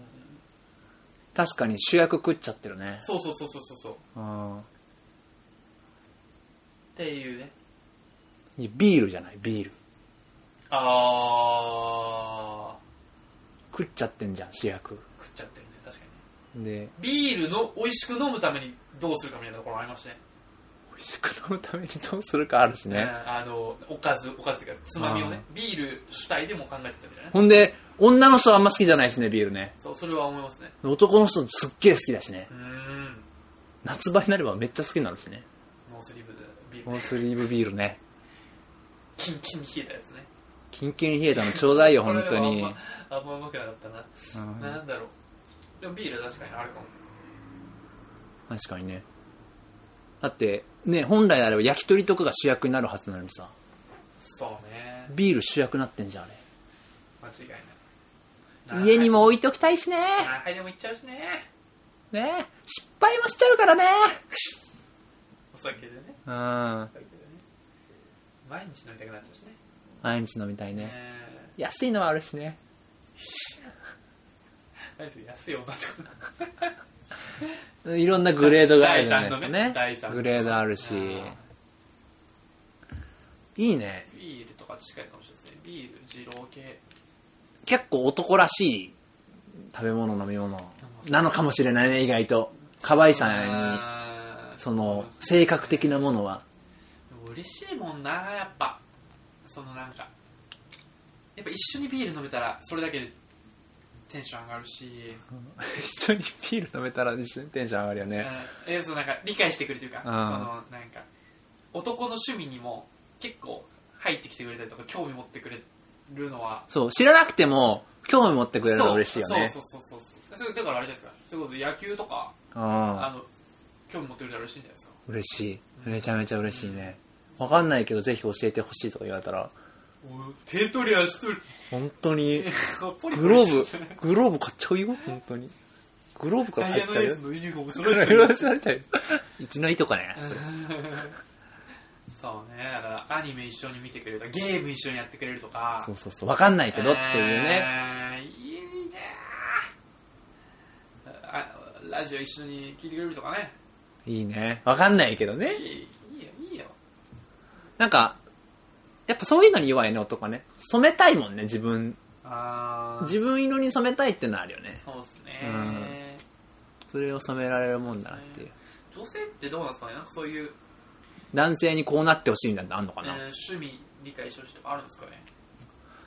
確かに主役食っちゃってるね。そうそうそうそうそうそうっうん。ていうねいやビールじゃない、ビール。あ食っちゃってんじゃん、主役。ー食っちゃってるね確かにで、ビールの美味しく飲むためにどうするかみたいなところありましたね美味しく飲むためにどうするかあるしうね。んあのおかずおかずっていうかつまみをねビール主体でも考えてたみたいなねほんで、女の人あんま好きじゃないですね、ビールね。そうそれは思いますね男の人すっげえ好きだしねう。ーん夏場になればめっちゃ好きになるしね。ノースリーブでビーノルースリーブビールね。キンキンに冷えたやつねキンキンに冷えたのちょうだいよ、本 当これに。はあんまあんまうまくなかったな、うんなんだろうでもビールは確かにあるかも確かにね。だって、ね、本来であれば焼き鳥とかが主役になるはずなのにさ、そうねビール主役になってんじゃん、あ間違いなれ。い家にも置いときたいしね。何杯でもいっちゃうしねね失敗もしちゃうからね。お酒でねうんお。酒でね毎日飲みたくなっちゃうしね毎日飲みたいね。えー安いのはあるしね。何それ安い女ってこといろんなグレードがあるじゃないです第か三のね第ね三。のグレードあるし。いいね。ビールとか近いかもしれないですねビール二郎系結構男らしい食べ物、飲み物なのかもしれないね、意外と。河合さんに、あーその、性格的なもの は。でも嬉しいもんなやっぱそのなんかやっぱ一緒にビール飲めたらそれだけでテンション上がるし、一緒にビール飲めたら一緒にテンション上がるようんね。えそのなんか理解してくれるというか、うんそのなんか男の趣味にも結構入ってきてくれたりとか興味持ってくれるのはそう、知らなくても、興味持ってくれるそのう嬉しいよねそ。うそうそうそうそれだからあれじゃないですかそれこそ野球とか、うんあの興味持ってくれたら嬉しいんじゃないですか嬉しい。めちゃめちゃ嬉しいね。わかんないけど、ぜひ教えてほしいとか言われたら、おい手取り足 取り 本当に、ポリポリグローブ、グローブ買っちゃうよ、本当に。グローブからダイヤ買っのちゃうエーよス。のユニフォームそ揃れえちゃう言 よわされちゃうよ。一の糸かね。それそうねだからアニメ一緒に見てくれるとかゲーム一緒にやってくれるとかそうそうそう、わかんないけどっていうね。えーいいねあラジオ一緒に聞いてくれるとかねいいね。わかんないけどいね。いいいよいいよなんか、やっぱそういうのに弱いね、男ね。染めたいもんね、自分。あー自分色に染めたいってのあるよね。そうですね、うんそれを染められるもんだなっていう。女性ってどうなんですかねなんかそういう、男性にこうなってほしいみたいなのあんのえかーな、趣味理解してほしいとかあるんですかね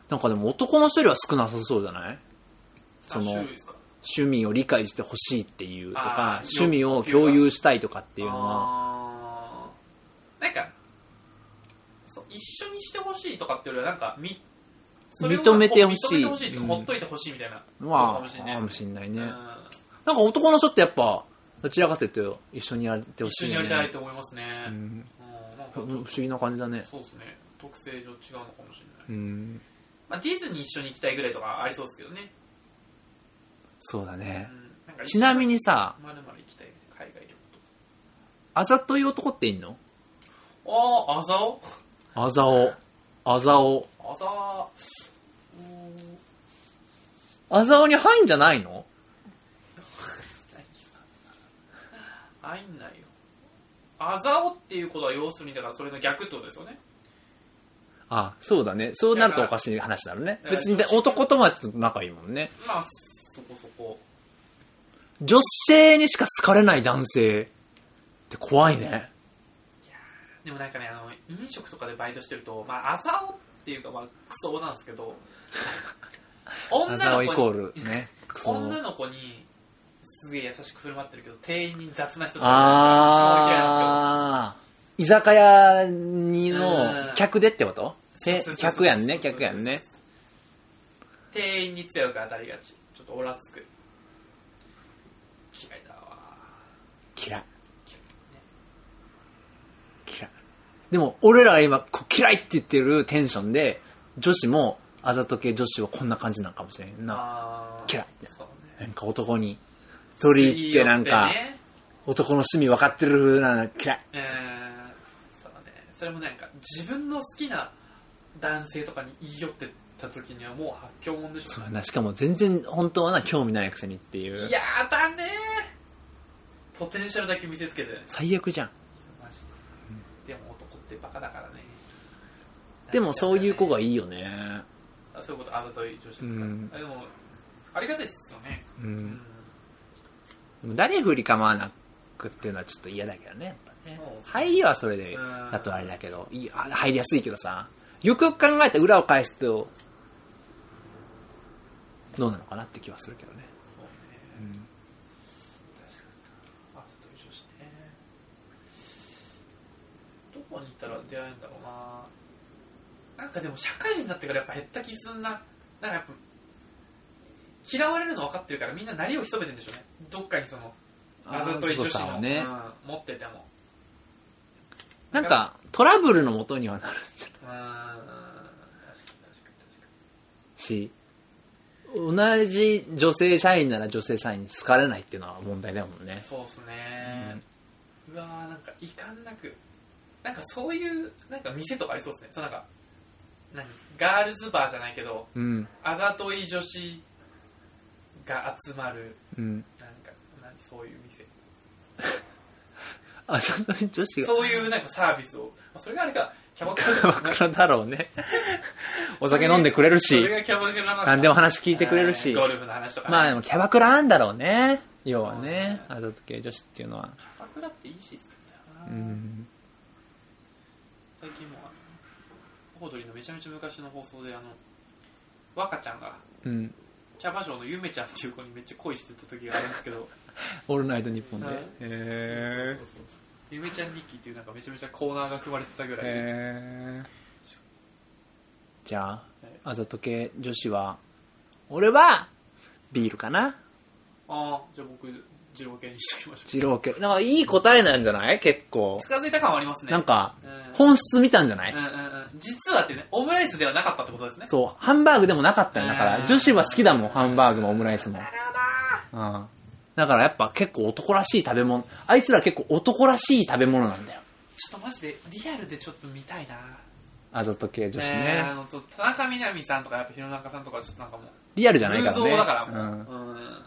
なんかでも男の人よりは少なさそうじゃないそのあ種類ですか趣味を理解してほしいっていうとかあ、ー趣味を共有したいとかっていうのは、あーなんかそう一緒にしてほしいとかっていうよりはなんかみそれを認めてほしい認めてほしいっていうかうんほっといてほしいみたいなまあ、ことかもしんないね。れなんかな男の人ってやっぱ、どちらかというと一緒にやってうんほ一し緒い、にね。やりたいと思いますね、ううんんなんか不思議な感じだね。そうですね特性上違うのかもしれない、うん。まあ、ディズニー一緒に行きたいぐらいとかありそうですけどね、そうだうんね。、なんかちなみにさ、まるまる行きたい海外旅行あざとい男っていんのとあああざおあざお。あざお。あざうーんあざおに入んじゃないの入んないよあざおっていうことは要するにだからそれの逆ってことですよねあそうだね。そうなるとおかしい話だろうねだか。ら別にで男友達と仲いいもんね。まあそこそこ女性にしか好かれない男性って怖いね。でもなんかねあの飲食とかでバイトしてるとまああざおっていうかまあクソなんですけ どあ女ざおイのコ子ールにね。クソ女の子にすげえ優しく振る舞ってるけど店員に雑な人とかあー。居酒屋にうのん客でってこと超嫌いなんですけどそうそてうそう客やんね、そうそうそう客やんね。店員に強く当たりがちちょっとオラつく嫌いだわ嫌い。嫌い。でも、俺らは今、こう嫌いって言ってるテンションで、女子も、あざと系女子はこんな感じなのかもしれんな。あー嫌いそうねなんか男に、取り入ってなんか、ね男の趣味分かってる風なの嫌い。えーそうだねそれもなんか自分の好きな男性とかに言い寄ってた時にはもう発狂もんでしそょうやな、しかも全然本当はな、興味ないくせにっていう。やだねポテンシャルだけ見せつけてね最悪じゃん。マジででも男ってバカだからねでもそういう子がいいいよね。そういうことあざとい女子ですから、うんあでもありがたいですよねううんん。でも誰振り構わなくっていうのはちょっと嫌だけどね、やっぱねそうそう。入りはそれでうん、だとあれだけど、いいあ入りやすいけどさ、よくよく考えて裏を返すと、どうなのかなって気はするけどね。そうね確かにあざとい女子ねどこに行ったら出会えるんだろうななんかでも社会人になってからやっぱ減った気すんななんかやっぱ嫌われるの分かってるからみんななりを潜めてるんでしょうねどっかにそのあざとい女子あーそうの、だねうん持っててもなんか、トラブルの元にはなるうん確かに確かに確かにし、同じ女性社員なら女性社員に好かれないっていうのは問題だもんね。そうっすね、うわーなんか遺憾なくなんかそういうなんか店とかありそうっすねそうなんか何ガールズバーじゃないけどうん。あざとい女子が集まるうん。なんか何そういう店あざとい女子が。そういうなんかサービスを、まあ、それがあれかキャバク ラ鎌倉だろうね。お酒飲んでくれるそしれ、がキャバクラなのか何でも話聞いてくれるえしー。ゴルフの話とか、ね、まあでもキャバクラなんだろうね。要はそうねね、あざと系女子っていうのは。キャバクラっていいシステムだような、ん。最近もうあのオードリーのめちゃめちゃ昔の放送であの若ちゃんがうん。キャバ嬢のゆめちゃんっていう子にめっちゃ恋してた時があるんですけど、オールナイト日本ではい。へそうそうゆめちゃん日記っていうなんかめちゃめちゃコーナーが組まれてたぐーらい、へーじゃあはい、あざと系女子は、俺は、ビールかなああじゃあ僕二郎系にしときましょ二郎系。なんかいい答えなんじゃない結構う。近づいた感はありますねなんか、うん本質見たんじゃないうんうんうん、実はってねオムライスではなかったってことですねそう、ハンバーグでもなかったよ。だかうんら、女子は好きだもん、ハンバーグもオムライスも。なるほどうん。だからやっぱ結構男らしい食べ物。あいつら結構男らしい食べ物なんだよ。ちょっとマジでリアルでちょっと見たいなあざと系女子えーあね。のちょっと田中みな実さんとかやっぱ弘中さんとかちょっとなんかもうリアルじゃないから偶ね。像だからもうん。う、うん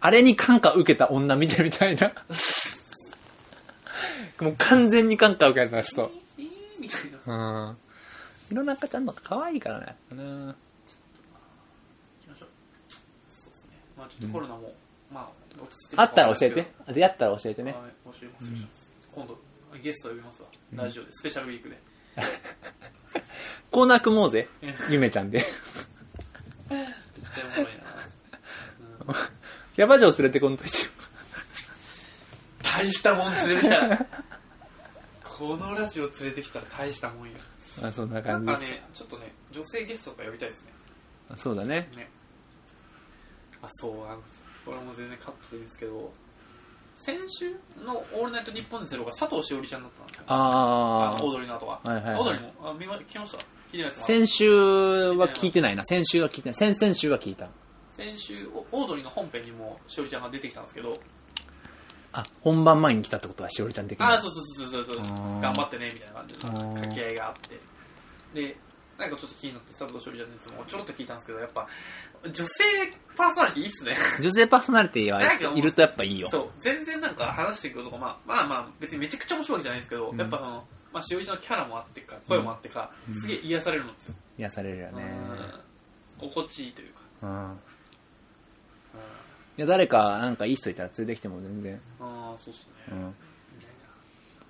あれに感化受けた女見てみたい な。もう完全に感化受けた人。えーみたいなうん。弘中ちゃんの方が可愛いからね。うん。行きましょうそうですねまあちょっとコロナも、まあ落ち着いてるあかったら教えわかんないですけどて。出会ったら教えてねは。い募集もするします、今度ゲスト呼びますわラジオでスペシャルウィークでコーナー組もうぜうん。ゆめちゃんで。 絶対おもろいな、うんヤバ嬢連れてこんといてよ。大したもん連れてきたこのラジオ連れてきたら大したもんよまあそんなな感んじでかす。ねちょっとね女性ゲストとか呼びたいですねそうだね。ねあそうあのこれはもう全然カットでいいんですけど先週の「オールナイトニッポンゼロが佐藤しおりちゃんだったんですよああのオードリーの後は。はいはいはいオードリーも、あ、見ま、聞きました聞いてないですか先先週は聞いてないな。先週は聞いてない。先々週は聞いた。週、おオードリーの本編にも、しおりちゃんが出てきたんですけど、あ、本番前に来たってことはしおりちゃん的に。ああ、そうそうそうそうそう、あー頑張ってね、みたいな感じで、あー掛け合いがあって。で、なんかちょっと気になって佐藤勝利じゃないつもちょろっと聞いたんですけどやっぱ女性パーソナリティいいっすね女性パーソナリティはなんかもういるとやっぱいいよ。 そう全然なんか話していくことが、まあ、まあまあ別にめちゃくちゃ面白いわけじゃないんですけど、うんやっぱそのまあしおりちゃんのキャラもあってか声もあってか、うんすげえ癒されるんですよ、癒されるよね。うん心地いいというか、うん。うんいや、誰か、なんかいい人いたら連れてきても全然。ああそうっすうね、ん。みたい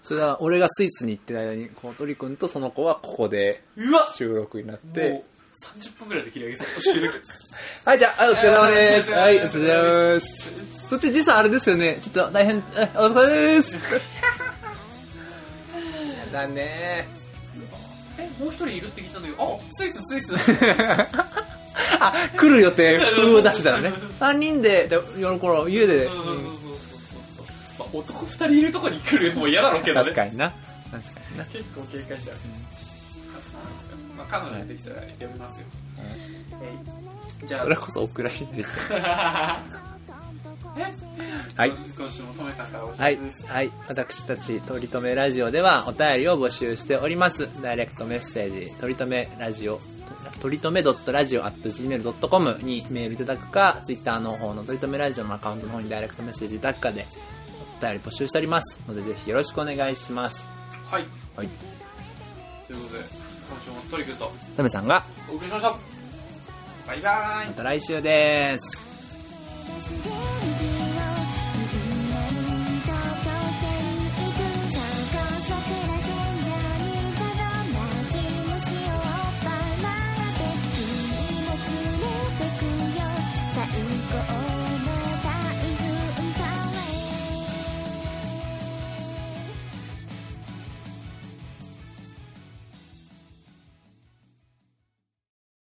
それは、俺がスイスに行ってる間に、こう、鳥くんとその子はここでなうわ収録になっもてう、30分ぐらいで切り上げそう収 録はい、じゃあ、はい、お疲れ様です。ははいい、お疲れ様です。そっち、時差あれですよね。ちょっと大変、えお疲れ です。だねえもう一人いるって聞いたんだけどあスイススイスあ、来る予 定、うんを出してたのね。3人で、で夜頃、家で、そうそうそうそうそうそうまあ男2人いるとこに来るのも嫌だろうけどね確かにな。確かにな。結構警戒しちゃう、まあ、彼女出てきたらやめますよ、えいじゃあそれこそお蔵入りです。はい今週もトメさんからお知はらせいです。、はい、私たち、とりとめラジオではお便りを募集しております。ダイレクトメッセージ、とりとめラジオ、とりとめ .radio.gmail.com にメールいただくか、ツイッターの方のとりとめラジオのアカウントの方にダイレクトメッセージいただくかで、お便り募集しておりますので、ぜひよろしくお願いします。はい、はい。ということで今週もトリくんととめさんが、お送りしましたバイバーイまた来週です。